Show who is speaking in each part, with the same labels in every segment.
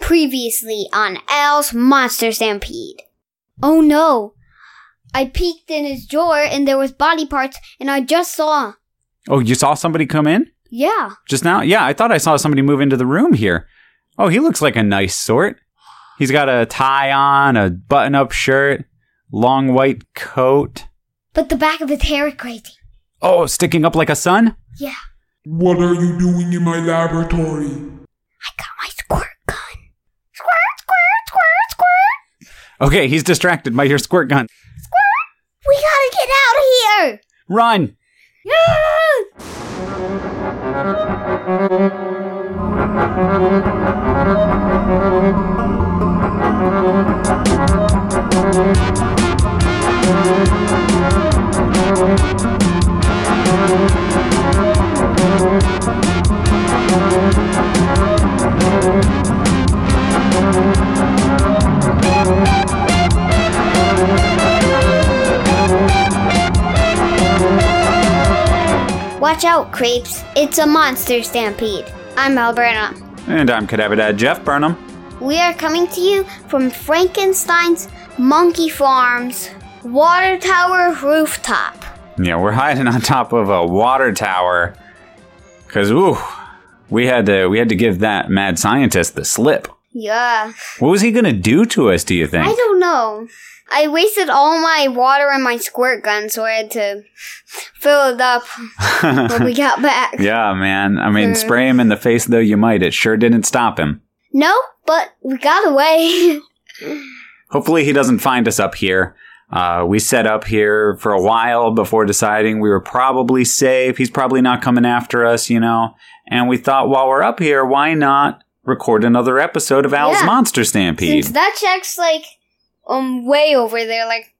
Speaker 1: Previously on Al's Monster Stampede. Oh no! I peeked in his drawer and there was body parts and I just saw.
Speaker 2: Oh, you saw somebody come in
Speaker 1: Yeah.
Speaker 2: just now? Yeah, I thought I saw somebody move into the room here. Oh, he looks like a nice sort. He's got a tie on, a button up shirt, long white coat.
Speaker 1: But the back of his hair is crazy.
Speaker 2: Oh, sticking up like a sun?
Speaker 1: Yeah.
Speaker 3: What are you doing in my laboratory?
Speaker 1: I got my squirt gun. Squirt, squirt, squirt, squirt!
Speaker 2: Okay, he's distracted by your squirt gun.
Speaker 1: We gotta get out of here!
Speaker 2: Run!
Speaker 1: Yeah! Watch out, creeps. It's a monster stampede. I'm Al Burnham.
Speaker 2: And I'm Cadaver Dad Jeff Burnham.
Speaker 1: We are coming to you from Frankenstein's Monkey Farms Water Tower Rooftop.
Speaker 2: Yeah, we're hiding on top of a water tower. Cause ooh, we had to we had to give that mad scientist the slip.
Speaker 1: Yeah.
Speaker 2: What was he gonna do to us, do you think?
Speaker 1: I don't know. I wasted all my water and my squirt gun, so I had to fill it up when we got back.
Speaker 2: Yeah, man. I mean,
Speaker 1: Mm.
Speaker 2: spray him in the face though you might. It sure didn't stop him.
Speaker 1: No, but we got away.
Speaker 2: Hopefully, he doesn't find us up here. Uh, we set up here for a while before deciding we were probably safe. He's probably not coming after us, you know. And we thought while we're up here, why not record another episode of Al's
Speaker 1: Yeah.
Speaker 2: Monster Stampede?
Speaker 1: Since that shack's like um way over there, like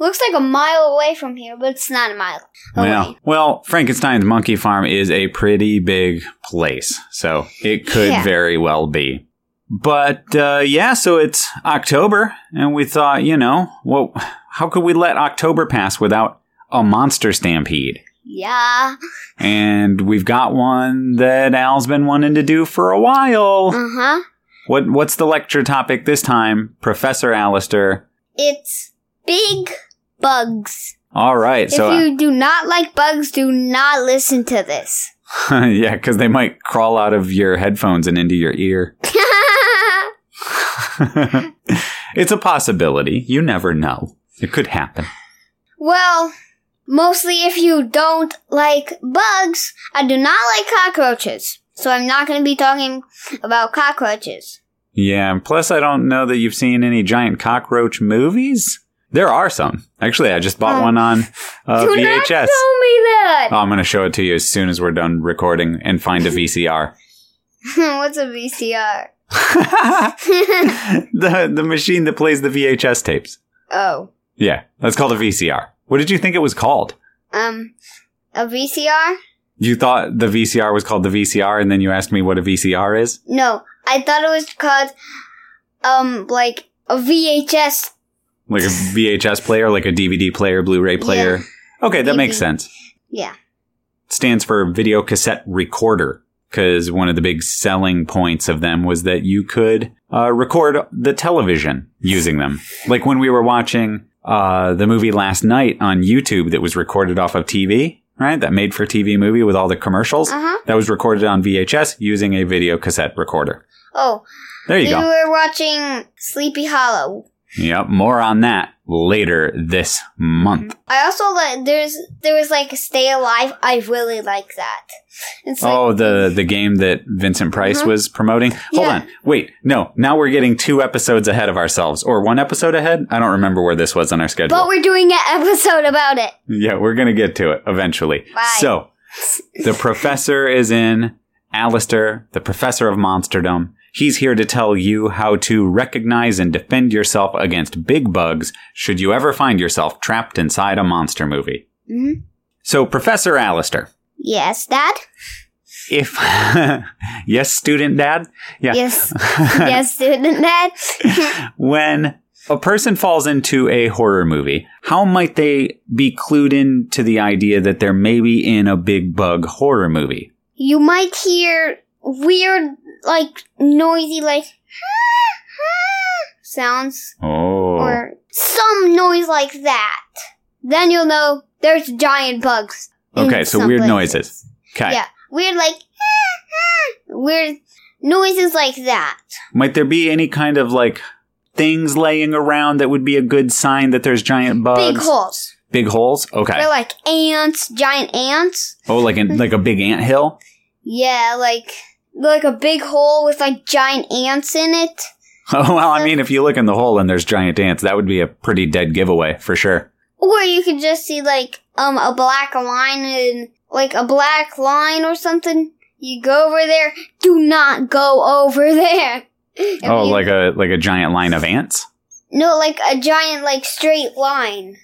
Speaker 1: looks like a mile away from here, but it's not a mile away.
Speaker 2: Well, well, Frankenstein's Monkey Farm is a pretty big place, so it could
Speaker 1: Yeah.
Speaker 2: very well be. But uh, yeah, so it's October, and we thought, you know, well, how could we let October pass without a monster stampede?
Speaker 1: Yeah.
Speaker 2: And we've got one that Al's been wanting to do for a while.
Speaker 1: Uh huh.
Speaker 2: What What's the lecture topic this time, Professor Alistair?
Speaker 1: It's big bugs.
Speaker 2: All right, so uh,
Speaker 1: if you do not like bugs, do not listen to this.
Speaker 2: yeah, because they might crawl out of your headphones and into your ear. it's a possibility. You never know. It could happen.
Speaker 1: well, mostly if you don't like bugs, I do not like cockroaches. So I'm not going to be talking about cockroaches.
Speaker 2: Yeah, and plus I don't know that you've seen any giant cockroach movies. There are some. Actually, I just bought
Speaker 1: Um,
Speaker 2: one on uh,
Speaker 1: do not tell
Speaker 2: VHS.
Speaker 1: me that.
Speaker 2: Oh, I'm going to show it to you as soon as we're done recording and find a VCR. Uh.
Speaker 1: What's a VCR?
Speaker 2: the the machine that plays the VHS tapes.
Speaker 1: oh,
Speaker 2: Yeah, that's called a VCR. What did you think it was called?
Speaker 1: um, a VCR?
Speaker 2: You thought the VCR was called the VCR and then you asked me what a VCR is?
Speaker 1: No, I thought it was called, um, like a VHS.
Speaker 2: like a VHS player, like a DVD player, Blu-ray player. Okay, that makes sense.
Speaker 1: Yeah.
Speaker 2: Stands for video cassette recorder because one of the big selling points of them was that you could uh, record the television using them. Like when we were watching uh, the movie last night on YouTube that was recorded off of TV, right? That made for TV movie with all the commercials.
Speaker 1: Uh huh.
Speaker 2: That was recorded on VHS using a video cassette recorder.
Speaker 1: Oh,
Speaker 2: There you
Speaker 1: we
Speaker 2: go.
Speaker 1: were watching Sleepy Hollow.
Speaker 2: Yep, more on that later this month.
Speaker 1: I also like there's there was like Stay Alive. I really like that. It's like
Speaker 2: oh, the the game that Vincent Price
Speaker 1: Mhm.
Speaker 2: was promoting. Hold
Speaker 1: Yeah.
Speaker 2: on, wait, no. Now we're getting two episodes ahead of ourselves, or one episode ahead. I don't remember where this was on our schedule.
Speaker 1: but we're doing an episode about it.
Speaker 2: yeah, we're gonna get to it eventually.
Speaker 1: Bye.
Speaker 2: So, the professor is in. Alistair, the professor of monsterdom. He's here to tell you how to recognize and defend yourself against big bugs should you ever find yourself trapped inside a monster movie.
Speaker 1: hmm
Speaker 2: So, Professor Alistair,
Speaker 1: Yes, Dad.
Speaker 2: if yes, student dad, yeah,
Speaker 1: Yes, yes, student Dad.
Speaker 2: when a person falls into a horror movie, how might they be clued in to the idea that they're maybe in a big bug horror movie?
Speaker 1: you might hear weird, like noisy, like sounds
Speaker 2: Oh.
Speaker 1: or some noise like that, then you'll know there's giant bugs. in
Speaker 2: okay, so
Speaker 1: some
Speaker 2: weird
Speaker 1: places.
Speaker 2: noises. Okay.
Speaker 1: Yeah, weird like weird noises like that.
Speaker 2: Might there be any kind of like things laying around that would be a good sign that there's giant bugs?
Speaker 1: Big holes.
Speaker 2: Big holes? Okay.
Speaker 1: They're like ants, giant ants.
Speaker 2: oh, like
Speaker 1: Mm-hmm.
Speaker 2: an, like a big ant hill?
Speaker 1: Yeah, like like a big hole with like giant ants in it.
Speaker 2: Oh, well, I mean, if you look in the hole and there's giant ants, that would be a pretty dead giveaway for sure.
Speaker 1: Or you could just see like um a black line and like a black line or something. You go over there. Do not go over there. If
Speaker 2: oh,
Speaker 1: you-
Speaker 2: like a like a giant line of ants?
Speaker 1: no, like a giant like straight line,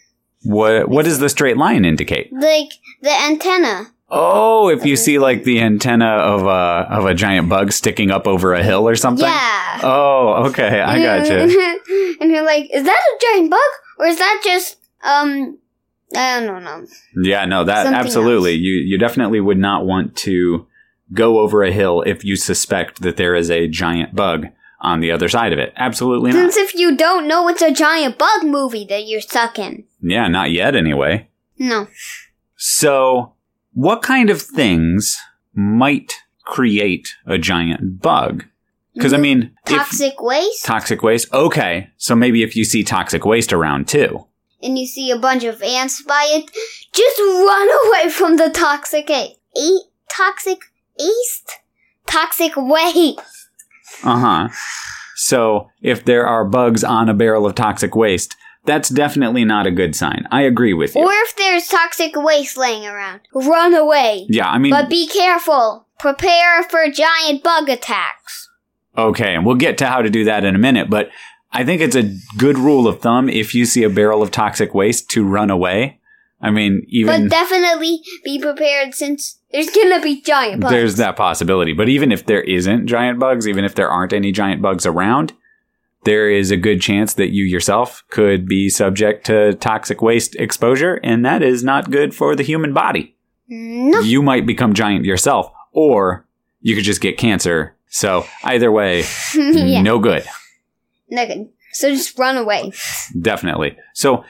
Speaker 2: What what does the straight line indicate?
Speaker 1: like the antenna.
Speaker 2: Oh, if you see like the antenna of a of a giant bug sticking up over a hill or something.
Speaker 1: Yeah.
Speaker 2: Oh, okay, I gotcha.
Speaker 1: and you're like, is that a giant bug or is that just um? I don't know.
Speaker 2: Yeah, no, that
Speaker 1: Something
Speaker 2: absolutely.
Speaker 1: else.
Speaker 2: You you definitely would not want to go over a hill if you suspect that there is a giant bug on the other side of it. Absolutely not.
Speaker 1: Since if you don't know it's a giant bug movie that you're stuck in.
Speaker 2: Yeah, not yet anyway.
Speaker 1: No.
Speaker 2: So, what kind of things might create a giant bug? Because, I mean, if-
Speaker 1: Mm-hmm. Toxic waste,
Speaker 2: toxic waste. Okay. So, maybe if you see toxic waste around too.
Speaker 1: and you see a bunch of ants by it, just run away from the toxic a- eight toxic east toxic waste.
Speaker 2: Uh huh. So, if there are bugs on a barrel of toxic waste, that's definitely not a good sign. I agree with you.
Speaker 1: Or if there's toxic waste laying around, run away.
Speaker 2: yeah, I mean,
Speaker 1: But be careful. Prepare for giant bug attacks.
Speaker 2: okay, and we'll get to how to do that in a minute, but I think it's a good rule of thumb if you see a barrel of toxic waste to run away. I mean, even
Speaker 1: but definitely be prepared since there's gonna be giant bugs.
Speaker 2: There's that possibility. But even if there isn't giant bugs, even if there aren't any giant bugs around, there is a good chance that you yourself could be subject to toxic waste exposure, and that is not good for the human body.
Speaker 1: no.
Speaker 2: You might become giant yourself, or you could just get cancer. So either way,
Speaker 1: yeah.
Speaker 2: no good.
Speaker 1: No good. So just run away.
Speaker 2: Definitely. So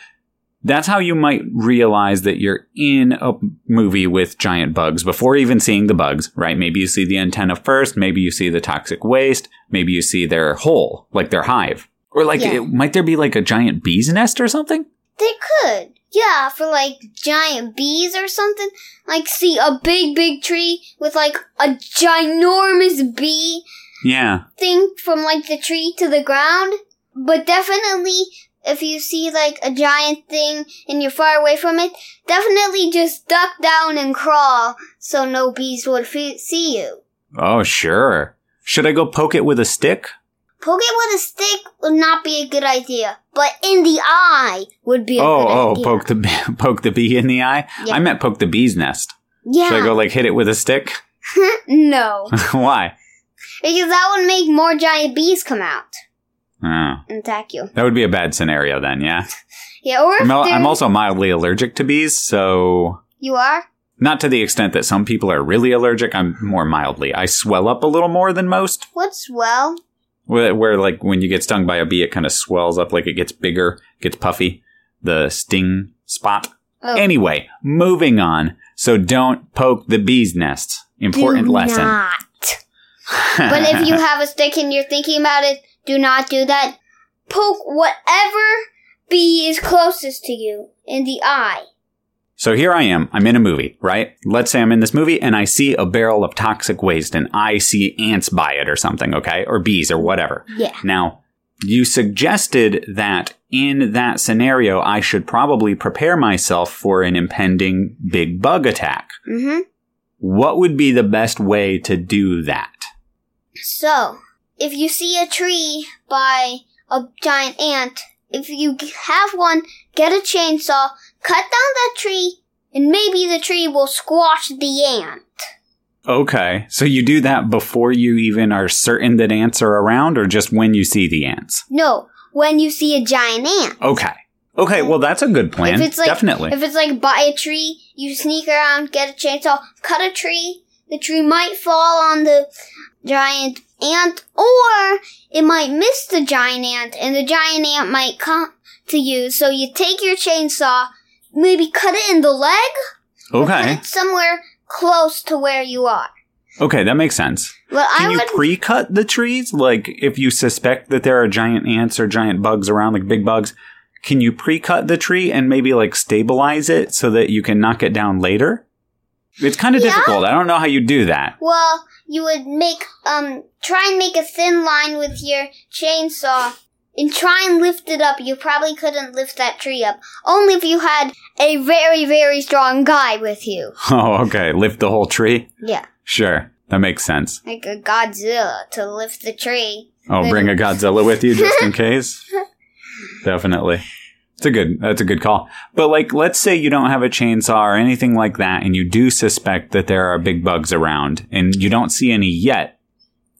Speaker 2: that's how you might realize that you're in a movie with giant bugs before even seeing the bugs, right? Maybe you see the antenna first, maybe you see the toxic waste, maybe you see their hole, like their hive. Or like
Speaker 1: Yeah.
Speaker 2: it- might there be like a giant bee's nest or something?
Speaker 1: They could. Yeah, for like giant bees or something. Like see a big, big tree with like a ginormous bee
Speaker 2: Yeah.
Speaker 1: thing from like the tree to the ground. But definitely if you see like a giant thing and you're far away from it, definitely just duck down and crawl so no bees would fe- see you.
Speaker 2: Oh, sure. Should I go poke it with a stick?
Speaker 1: Poke it with a stick would not be a good idea, but in the eye would be a
Speaker 2: oh,
Speaker 1: good
Speaker 2: oh,
Speaker 1: idea.
Speaker 2: poke the bee- poke the bee in the eye.
Speaker 1: Yeah.
Speaker 2: I meant poke the bee's nest.
Speaker 1: Yeah.
Speaker 2: Should I go like hit it with a stick?
Speaker 1: no.
Speaker 2: Why?
Speaker 1: Because that would make more giant bees come out
Speaker 2: Oh,
Speaker 1: and attack you.
Speaker 2: that would be a bad scenario then, yeah.
Speaker 1: Yeah, or if
Speaker 2: I'm, al- I'm
Speaker 1: they're-
Speaker 2: also mildly allergic to bees, so
Speaker 1: you are.
Speaker 2: not to the extent that some people are really allergic. I'm more mildly. I swell up a little more than most.
Speaker 1: What's well?
Speaker 2: Where, where like when you get stung by a bee, it kind of swells up, like it gets bigger, gets puffy, the sting spot.
Speaker 1: Oh,
Speaker 2: Anyway, moving on. So don't poke the bee's nest. Important
Speaker 1: do
Speaker 2: lesson.
Speaker 1: Not. But if you have a stick and you're thinking about it, do not do that. Poke whatever bee is closest to you in the eye.
Speaker 2: So here I am. I'm in a movie, right? Let's say I'm in this movie and I see a barrel of toxic waste and I see ants by it or something, okay? Or bees or whatever.
Speaker 1: Yeah.
Speaker 2: Now, you suggested that in that scenario, I should probably prepare myself for an impending big bug attack.
Speaker 1: Mm-hmm.
Speaker 2: What would be the best way to do that?
Speaker 1: So, if you see a tree by a giant ant, if you g- have one, get a chainsaw, cut down that tree, and maybe the tree will squash the ant.
Speaker 2: Okay, so you do that before you even are certain that ants are around, or just when you see the ants?
Speaker 1: No, when you see a giant ant.
Speaker 2: Okay. Okay, well, that's a good plan.
Speaker 1: If it's like
Speaker 2: Definitely.
Speaker 1: if it's like by a tree, you sneak around, get a chainsaw, cut a tree, the tree might fall on the giant ant, or it might miss the giant ant, and the giant ant might come to you. So you take your chainsaw, maybe cut it in the leg,
Speaker 2: Okay.
Speaker 1: put it somewhere close to where you are.
Speaker 2: Okay, that makes sense.
Speaker 1: Well,
Speaker 2: Can
Speaker 1: I
Speaker 2: you
Speaker 1: would.
Speaker 2: pre-cut the trees? Like, if you suspect that there are giant ants or giant bugs around, like big bugs, can you pre-cut the tree and maybe like stabilize it so that you can knock it down later? It's kind of
Speaker 1: Yeah.
Speaker 2: difficult. I don't know how you do that.
Speaker 1: well, you would make um try and make a thin line with your chainsaw and try and lift it up. You probably couldn't lift that tree up only if you had a very very strong guy with you.
Speaker 2: Oh, okay. Lift the whole tree.
Speaker 1: Yeah,
Speaker 2: Sure, that makes sense.
Speaker 1: like a Godzilla to lift the tree.
Speaker 2: Oh, bring a Godzilla with you just in case. Definitely. It's a good that's a good call. But like let's say you don't have a chainsaw or anything like that and you do suspect that there are big bugs around and you don't see any yet.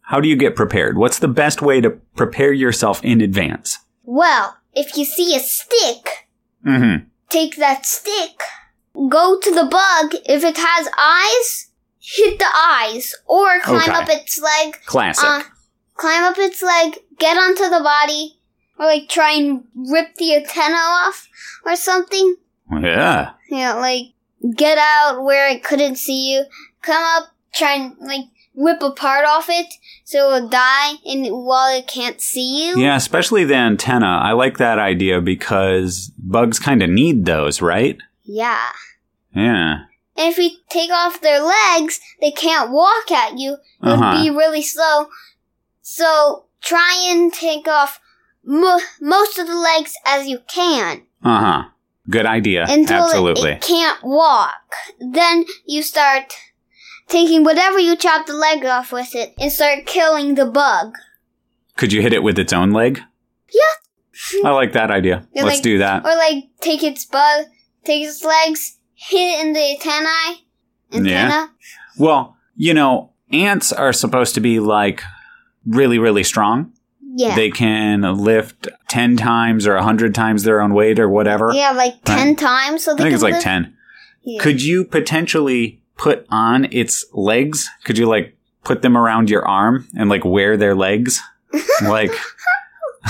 Speaker 2: How do you get prepared? What's the best way to prepare yourself in advance?
Speaker 1: Well, if you see a stick,
Speaker 2: Mhm.
Speaker 1: take that stick, go to the bug. If it has eyes, hit the eyes or climb
Speaker 2: Okay.
Speaker 1: up its leg.
Speaker 2: Classic.
Speaker 1: Uh, climb up its leg, get onto the body, or like try and rip the antenna off or something.
Speaker 2: yeah.
Speaker 1: Yeah, like get out where it couldn't see you. Come up, try and like rip a part off it so it'll die and while it can't see you.
Speaker 2: Yeah, especially the antenna. I like that idea because bugs kind of need those, right?
Speaker 1: yeah.
Speaker 2: Yeah.
Speaker 1: And if you take off their legs, they can't walk at you. It would
Speaker 2: Uh-huh.
Speaker 1: be really slow. So try and take off mo- most of the legs as you can
Speaker 2: Uh-huh. Good idea.
Speaker 1: until it-
Speaker 2: Absolutely.
Speaker 1: it can't walk. Then you start taking whatever you chop the leg off with it and start killing the bug.
Speaker 2: Could you hit it with its own leg? Yeah. I like that idea.
Speaker 1: Yeah,
Speaker 2: Let's
Speaker 1: like-
Speaker 2: do that.
Speaker 1: Or like take its bug, take its legs, hit it in the antennae.
Speaker 2: Yeah.
Speaker 1: Antenna.
Speaker 2: Well, you know, ants are supposed to be like really, really strong.
Speaker 1: Yeah.
Speaker 2: They can lift 10 times or 100 times their own weight or whatever.
Speaker 1: yeah, like ten times. So
Speaker 2: I
Speaker 1: they
Speaker 2: think
Speaker 1: can
Speaker 2: it's like
Speaker 1: lift-
Speaker 2: 10.
Speaker 1: Yeah.
Speaker 2: Could you potentially put on its legs? Could you like put them around your arm and like wear their legs? like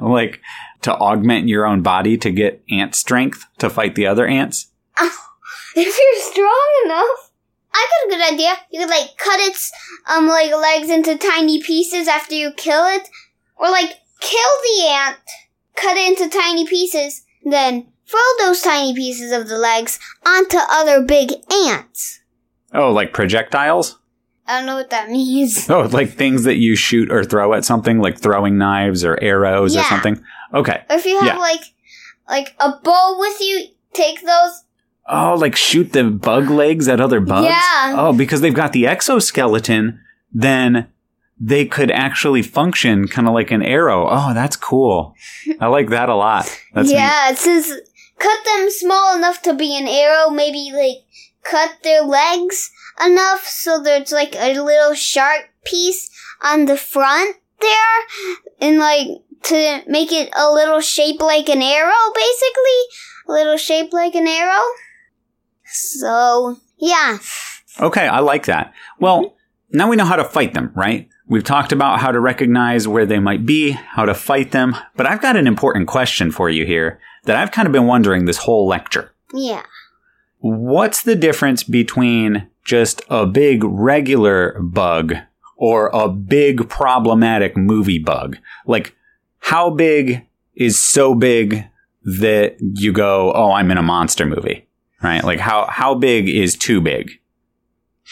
Speaker 2: like to augment your own body to get ant strength to fight the other ants?
Speaker 1: If you're strong enough. I got a good idea. You could like cut its um like legs into tiny pieces after you kill it. Or like kill the ant, cut it into tiny pieces, then throw those tiny pieces of the legs onto other big ants.
Speaker 2: Oh, like projectiles?
Speaker 1: I don't know what that means.
Speaker 2: Oh, like things that you shoot or throw at something, like throwing knives or arrows or
Speaker 1: Yeah.
Speaker 2: something. Okay.
Speaker 1: Or if you have
Speaker 2: Yeah.
Speaker 1: like like a bow with you, take those
Speaker 2: Oh, like shoot the bug legs at other bugs?
Speaker 1: Yeah.
Speaker 2: Oh, because they've got the exoskeleton, then they could actually function kind of like an arrow. Oh, that's cool. I like that a lot. That's neat.
Speaker 1: Yeah, since cut them small enough to be an arrow, maybe like cut their legs enough so there's like a little sharp piece on the front there and like to make it a little shape like an arrow basically. A little shape like an arrow. So yeah.
Speaker 2: Okay, I like that. Well, now we know how to fight them, right? We've talked about how to recognize where they might be, how to fight them, but I've got an important question for you here that I've kind of been wondering this whole lecture.
Speaker 1: Yeah.
Speaker 2: What's the difference between just a big regular bug or a big problematic movie bug? Like, how big is so big that you go, oh, I'm in a monster movie, right? Like, how, how big is too big?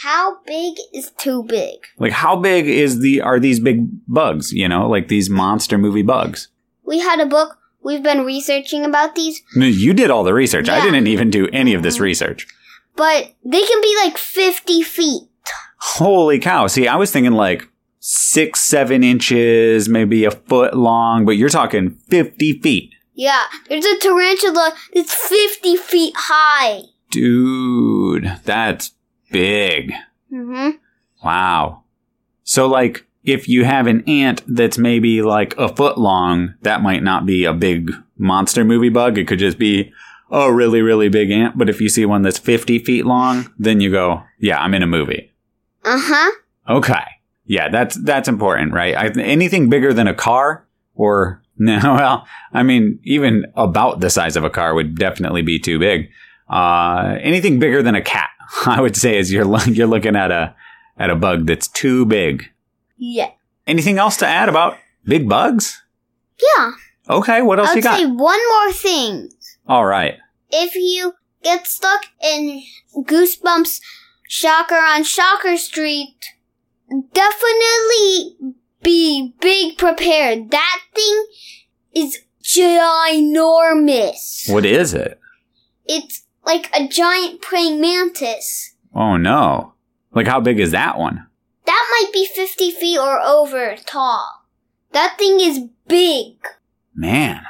Speaker 1: How big is too big?
Speaker 2: Like how big is the are these big bugs, you know, like these monster movie bugs?
Speaker 1: We had a book we've been researching about these
Speaker 2: No, You did all the research. I
Speaker 1: Yeah.
Speaker 2: didn't even do any of this research.
Speaker 1: but they can be like 50 feet.
Speaker 2: Holy cow. See, I was thinking like six, seven inches, maybe a foot long, but you're talking 50 feet.
Speaker 1: Yeah, there's a tarantula that's 50 feet high.
Speaker 2: Dude, that's big.
Speaker 1: Mm-hmm.
Speaker 2: Wow. So, like, if you have an ant that's maybe like a foot long, that might not be a big monster movie bug. It could just be a really, really big ant. But if you see one that's 50 feet long, then you go, yeah, I'm in a movie.
Speaker 1: Uh huh.
Speaker 2: Okay. Yeah, that's that's important, right? I, anything bigger than a car or no, well, I mean, even about the size of a car would definitely be too big. Uh, anything bigger than a cat, I would say, is you're lo- you're looking at a at a bug that's too big.
Speaker 1: Yeah.
Speaker 2: Anything else to add about big bugs?
Speaker 1: Yeah.
Speaker 2: Okay, what else
Speaker 1: I'll
Speaker 2: you got?
Speaker 1: say one more thing.
Speaker 2: All right.
Speaker 1: If you get stuck in Goosebumps Shocker on Shocker Street, definitely be big prepared. That thing is ginormous.
Speaker 2: What is it?
Speaker 1: It's like a giant praying mantis.
Speaker 2: Oh no. Like how big is that one?
Speaker 1: That might be 50 feet or over tall. That thing is big.
Speaker 2: Man,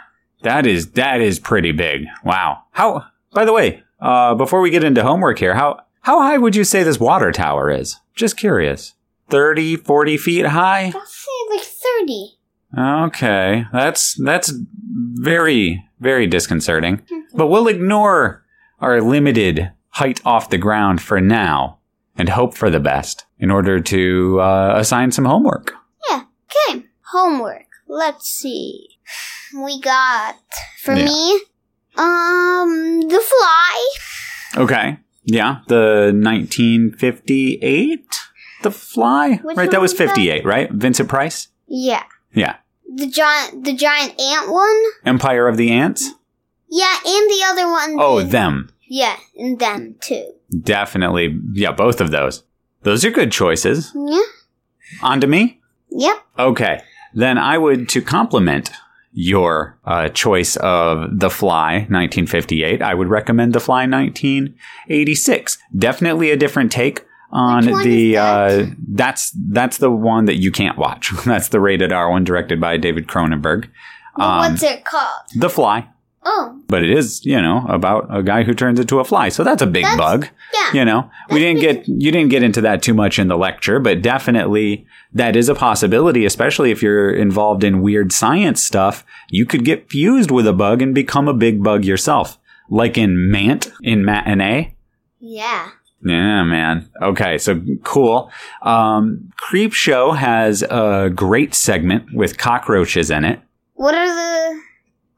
Speaker 2: that is that is pretty big. Wow. How? By the way, uh, before we get into homework here, how how high would you say this water tower is? Just curious. 30, 40 feet high?
Speaker 1: I'll say like 30.
Speaker 2: Okay, that's that's very very disconcerting. But we'll ignore our limited height off the ground for now and hope for the best in order to uh, assign some homework.
Speaker 1: Okay, homework. Let's see. We got for
Speaker 2: Yeah.
Speaker 1: me, um, the fly.
Speaker 2: Okay. Yeah, the 1958, The Fly.
Speaker 1: Which
Speaker 2: right, that
Speaker 1: one
Speaker 2: was
Speaker 1: was that?
Speaker 2: 58, right? Vincent Price,
Speaker 1: Yeah.
Speaker 2: Yeah.
Speaker 1: The giant, the giant ant one.
Speaker 2: Empire of the Ants.
Speaker 1: Yeah, and the other one.
Speaker 2: Oh,
Speaker 1: the-
Speaker 2: them.
Speaker 1: Yeah, and them too.
Speaker 2: Definitely. Yeah, both of those. Those are good choices.
Speaker 1: Yeah.
Speaker 2: On to me.
Speaker 1: Yep.
Speaker 2: Okay. Then I would, to complement your uh, choice of The Fly 1958, I would recommend The Fly 1986. Definitely a different take on
Speaker 1: Which one
Speaker 2: the
Speaker 1: is that?
Speaker 2: uh, that's that's the one that you can't watch. That's the rated R one directed by David Cronenberg.
Speaker 1: But
Speaker 2: Um,
Speaker 1: what's it called?
Speaker 2: The Fly,
Speaker 1: Oh,
Speaker 2: but it is, you know, about a guy who turns into a fly. So that's a big
Speaker 1: That's-
Speaker 2: bug
Speaker 1: yeah.
Speaker 2: you know we didn't get you didn't get into that too much in the lecture but definitely that is a possibility especially if you're involved in weird science stuff you could get fused with a bug and become a big bug yourself like in mant in matinee
Speaker 1: Yeah.
Speaker 2: yeah, man. Okay, so cool. Um, Creep Show has a great segment with cockroaches in it.
Speaker 1: What are the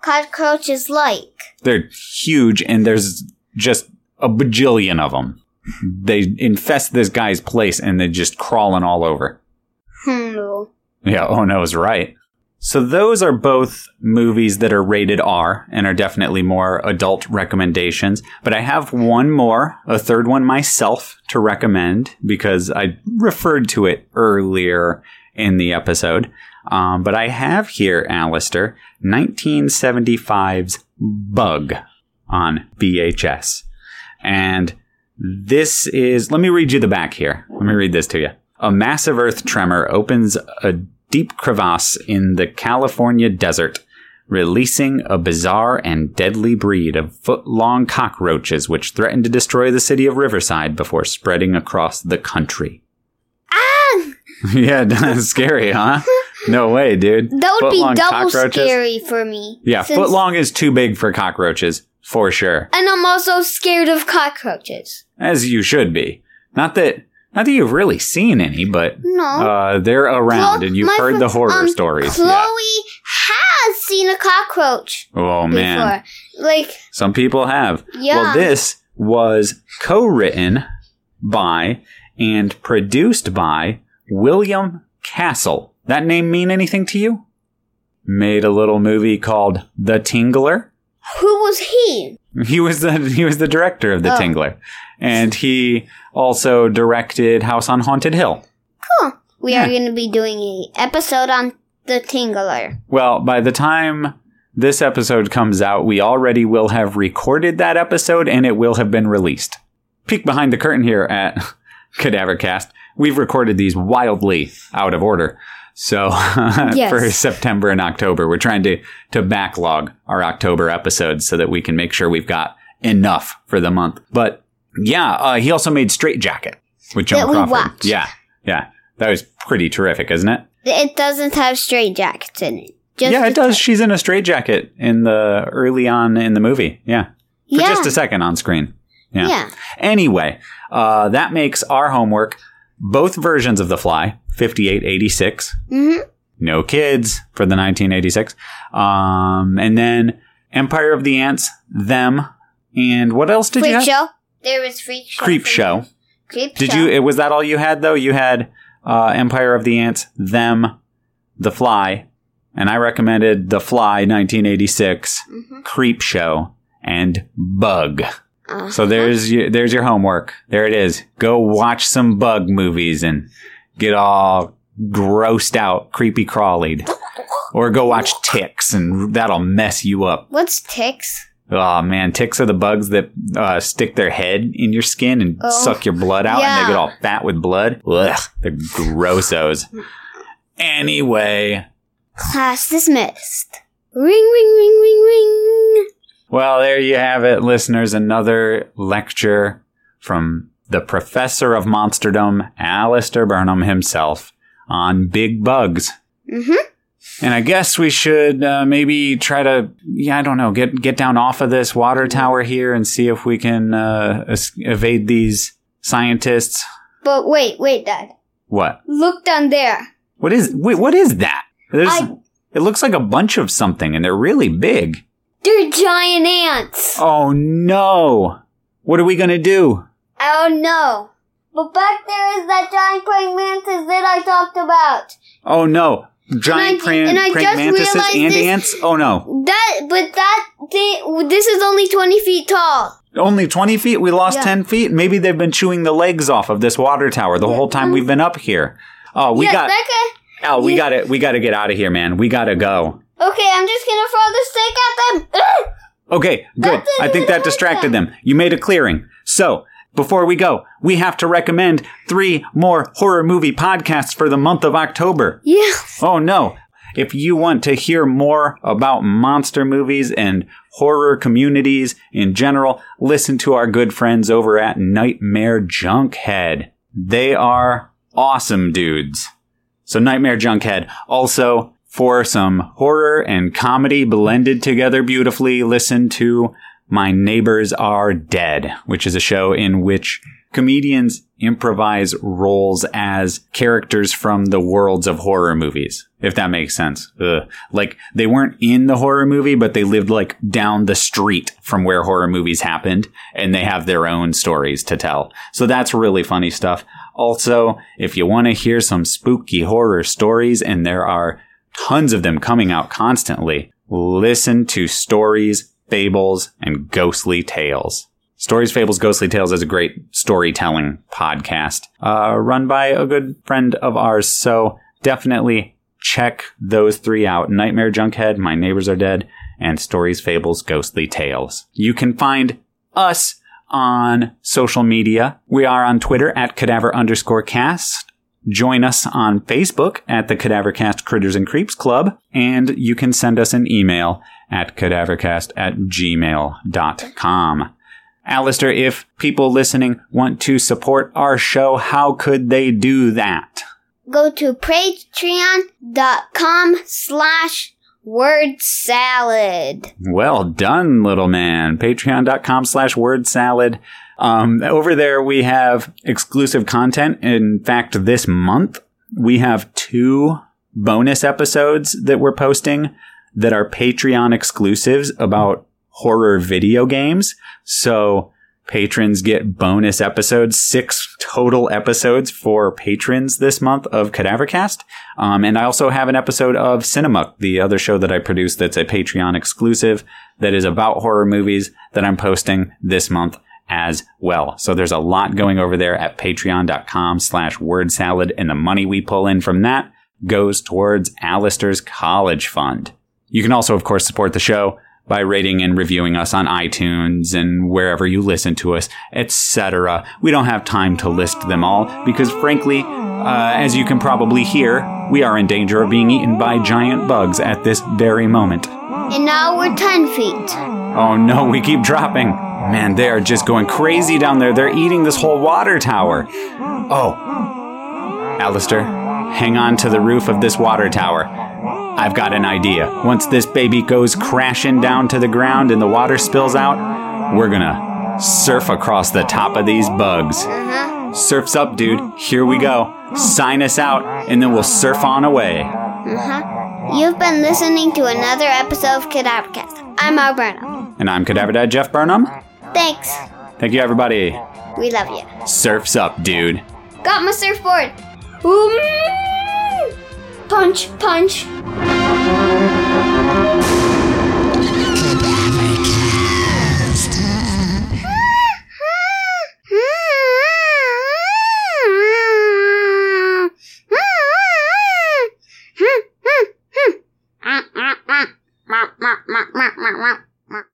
Speaker 1: cockroaches like?
Speaker 2: They're huge, and there's just a bajillion of them. They infest this guy's place, and they're just crawling all over.
Speaker 1: Hmm.
Speaker 2: Yeah, oh no is right. So those are both movies that are rated R and are definitely more adult recommendations. But I have one more, a third one myself to recommend because I referred to it earlier in the episode. Um, but I have here, Alistair, 1975's Bug on VHS. And this is, let me read you the back here. Let me read this to you. A massive earth tremor opens a deep crevasse in the California desert, releasing a bizarre and deadly breed of foot long cockroaches which threaten to destroy the city of Riverside before spreading across the country.
Speaker 1: Ah,
Speaker 2: yeah, that's scary, huh? No way, dude.
Speaker 1: that would be
Speaker 2: Footlong
Speaker 1: double
Speaker 2: cockroaches?
Speaker 1: scary for me.
Speaker 2: Yeah,
Speaker 1: since-
Speaker 2: foot long is too big for cockroaches, for sure.
Speaker 1: And I'm also scared of cockroaches.
Speaker 2: As you should be. Not that not that you've really seen any, but
Speaker 1: No.
Speaker 2: uh, they're around
Speaker 1: Chlo-
Speaker 2: and you've
Speaker 1: my
Speaker 2: heard the
Speaker 1: fr-
Speaker 2: horror
Speaker 1: um,
Speaker 2: stories.
Speaker 1: Chloe
Speaker 2: Yeah.
Speaker 1: has seen a cockroach
Speaker 2: Oh
Speaker 1: before.
Speaker 2: man.
Speaker 1: Like,
Speaker 2: Some people have.
Speaker 1: yeah.
Speaker 2: Well, this was co written by and produced by William Castle. That name mean anything to you? Made a little movie called The Tingler.
Speaker 1: Who was he?
Speaker 2: He was the he was the director of The
Speaker 1: Oh.
Speaker 2: Tingler. And he also directed House on Haunted Hill.
Speaker 1: We
Speaker 2: Yeah.
Speaker 1: are going to be doing a episode on the Tingler.
Speaker 2: Well, by the time this episode comes out, we already will have recorded that episode and it will have been released. Peek behind the curtain here at Cadavercast. We've recorded these wildly out of order. So
Speaker 1: Yes.
Speaker 2: for September and October, we're trying to, to backlog our October episodes so that we can make sure we've got enough for the month. But yeah, uh, he also made Straight Jacket with Joan
Speaker 1: That we
Speaker 2: Crawford.
Speaker 1: watched.
Speaker 2: Yeah, yeah. That was pretty terrific, isn't it?
Speaker 1: It doesn't have straight jackets in it. Just
Speaker 2: yeah,
Speaker 1: the
Speaker 2: it does.
Speaker 1: top.
Speaker 2: She's in a straitjacket in the early on in the movie. Yeah. For
Speaker 1: yeah.
Speaker 2: just a second on screen. Yeah.
Speaker 1: yeah.
Speaker 2: Anyway, uh, that makes our homework Both versions of The Fly, 5886,
Speaker 1: hmm
Speaker 2: No Kids for the 1986, um, and then Empire of the Ants, Them, and what else did
Speaker 1: Freak
Speaker 2: you have?
Speaker 1: show. There was freak show.
Speaker 2: Creep Show.
Speaker 1: Creep
Speaker 2: Did
Speaker 1: show.
Speaker 2: you? It was that all you had though? You had uh, Empire of the Ants, Them, The Fly, and I recommended The Fly 1986,
Speaker 1: Mm-hmm.
Speaker 2: Creep Show, and Bug.
Speaker 1: Uh,
Speaker 2: So there's your, there's your homework. There it is. Go watch some Bug movies and get all grossed out, creepy crawlied, or go watch Ticks, and that'll mess you up.
Speaker 1: What's ticks?
Speaker 2: Oh man, ticks are the bugs that uh, stick their head in your skin and
Speaker 1: Oh.
Speaker 2: suck your blood out, and
Speaker 1: Yeah.
Speaker 2: they get all fat with blood. Ugh, they're grossos. Anyway,
Speaker 1: Class dismissed. Ring, ring, ring, ring, ring.
Speaker 2: well, there you have it, listeners. Another lecture from the professor of monsterdom, Alistair Burnham himself, on big bugs.
Speaker 1: Mm-hmm.
Speaker 2: And I guess we should uh, maybe try to, yeah, I don't know, get get down off of this water tower here and see if we can uh, es- evade these scientists.
Speaker 1: But wait, wait, Dad.
Speaker 2: What?
Speaker 1: Look down there.
Speaker 2: What is? Wait, what is that? There's.
Speaker 1: I-
Speaker 2: it looks like a bunch of something, and they're really big.
Speaker 1: They're giant ants.
Speaker 2: Oh no! What are we gonna do?
Speaker 1: I don't know. But back there is that giant praying mantis that I talked about.
Speaker 2: Oh no!
Speaker 1: And
Speaker 2: Giant
Speaker 1: I-
Speaker 2: praying
Speaker 1: and I
Speaker 2: praying
Speaker 1: just
Speaker 2: mantises
Speaker 1: realized
Speaker 2: and
Speaker 1: this-
Speaker 2: ants. Oh no!
Speaker 1: That, but that thing, this is only 20 feet tall.
Speaker 2: Only twenty feet. We lost
Speaker 1: Yeah.
Speaker 2: ten feet. Maybe they've been chewing the legs off of this water tower the whole time we've been up here. Oh, we
Speaker 1: yeah,
Speaker 2: got.
Speaker 1: that
Speaker 2: Oh, we
Speaker 1: Yeah.
Speaker 2: got to we got to get out of here, man. We got to go.
Speaker 1: guy- okay, I'm just gonna throw the stick at them. Ugh!
Speaker 2: Okay, good.
Speaker 1: That
Speaker 2: I
Speaker 1: doesn't
Speaker 2: think that distracted
Speaker 1: happen.
Speaker 2: them. You made a clearing. So, before we go, we have to recommend three more horror movie podcasts for the month of October.
Speaker 1: yeah.
Speaker 2: Oh no. If you want to hear more about monster movies and horror communities in general, listen to our good friends over at Nightmare Junkhead. They are awesome dudes. So Nightmare Junkhead also for some horror and comedy blended together beautifully, listen to My Neighbors Are Dead, which is a show in which comedians improvise roles as characters from the worlds of horror movies, if that makes sense. Ugh. Like they weren't in the horror movie, but they lived like down the street from where horror movies happened and they have their own stories to tell. So that's really funny stuff. Also, if you want to hear some spooky horror stories, and there are tons of them coming out constantly, listen to Stories, Fables, and Ghostly Tales. Stories, Fables, Ghostly Tales is a great storytelling podcast uh, run by a good friend of ours. So definitely check those three out Nightmare Junkhead, My Neighbors Are Dead, and Stories, Fables, Ghostly Tales. You can find us on social media. We are on Twitter at cadaver underscore cast. Join us on Facebook at the Cadavercast Critters and Creeps Club, and you can send us an email at cadavercast at gmail.com. Alistair, if people listening want to support our show, how could they do that?
Speaker 1: Go to patreon.com slash word salad.
Speaker 2: Well done, little man. Patreon.com slash word salad. Um, over there, we have exclusive content. In fact, this month, we have two bonus episodes that we're posting that are Patreon exclusives about horror video games. So patrons get bonus episodes, six total episodes for patrons this month of Cadavercast. Um, and I also have an episode of Cinemuck, the other show that I produce that's a Patreon exclusive that is about horror movies that I'm posting this month as well. So there's a lot going over there at patreon.com slash word salad. And the money we pull in from that goes towards Alistair's college fund. You can also, of course, support the show by rating and reviewing us on iTunes and wherever you listen to us, etc. We don't have time to list them all because, frankly, uh, as you can probably hear, we are in danger of being eaten by giant bugs at this very moment.
Speaker 1: And now we're 10 feet.
Speaker 2: Oh no, we keep dropping. Man, they are just going crazy down there. They're eating this whole water tower. Oh. Alistair, hang on to the roof of this water tower. I've got an idea. Once this baby goes crashing down to the ground and the water spills out, we're gonna surf across the top of these bugs.
Speaker 1: Uh huh.
Speaker 2: Surf's up, dude. Here we go. Sign us out, and then we'll surf on away.
Speaker 1: Uh-huh. You've been listening to another episode of Cadavercast. I'm Al Burnham.
Speaker 2: And I'm Cadaver Dad Jeff Burnham.
Speaker 1: Thanks.
Speaker 2: Thank you, everybody.
Speaker 1: We love you.
Speaker 2: Surf's up, dude.
Speaker 1: Got my surfboard. Ooh, mm. punch, punch.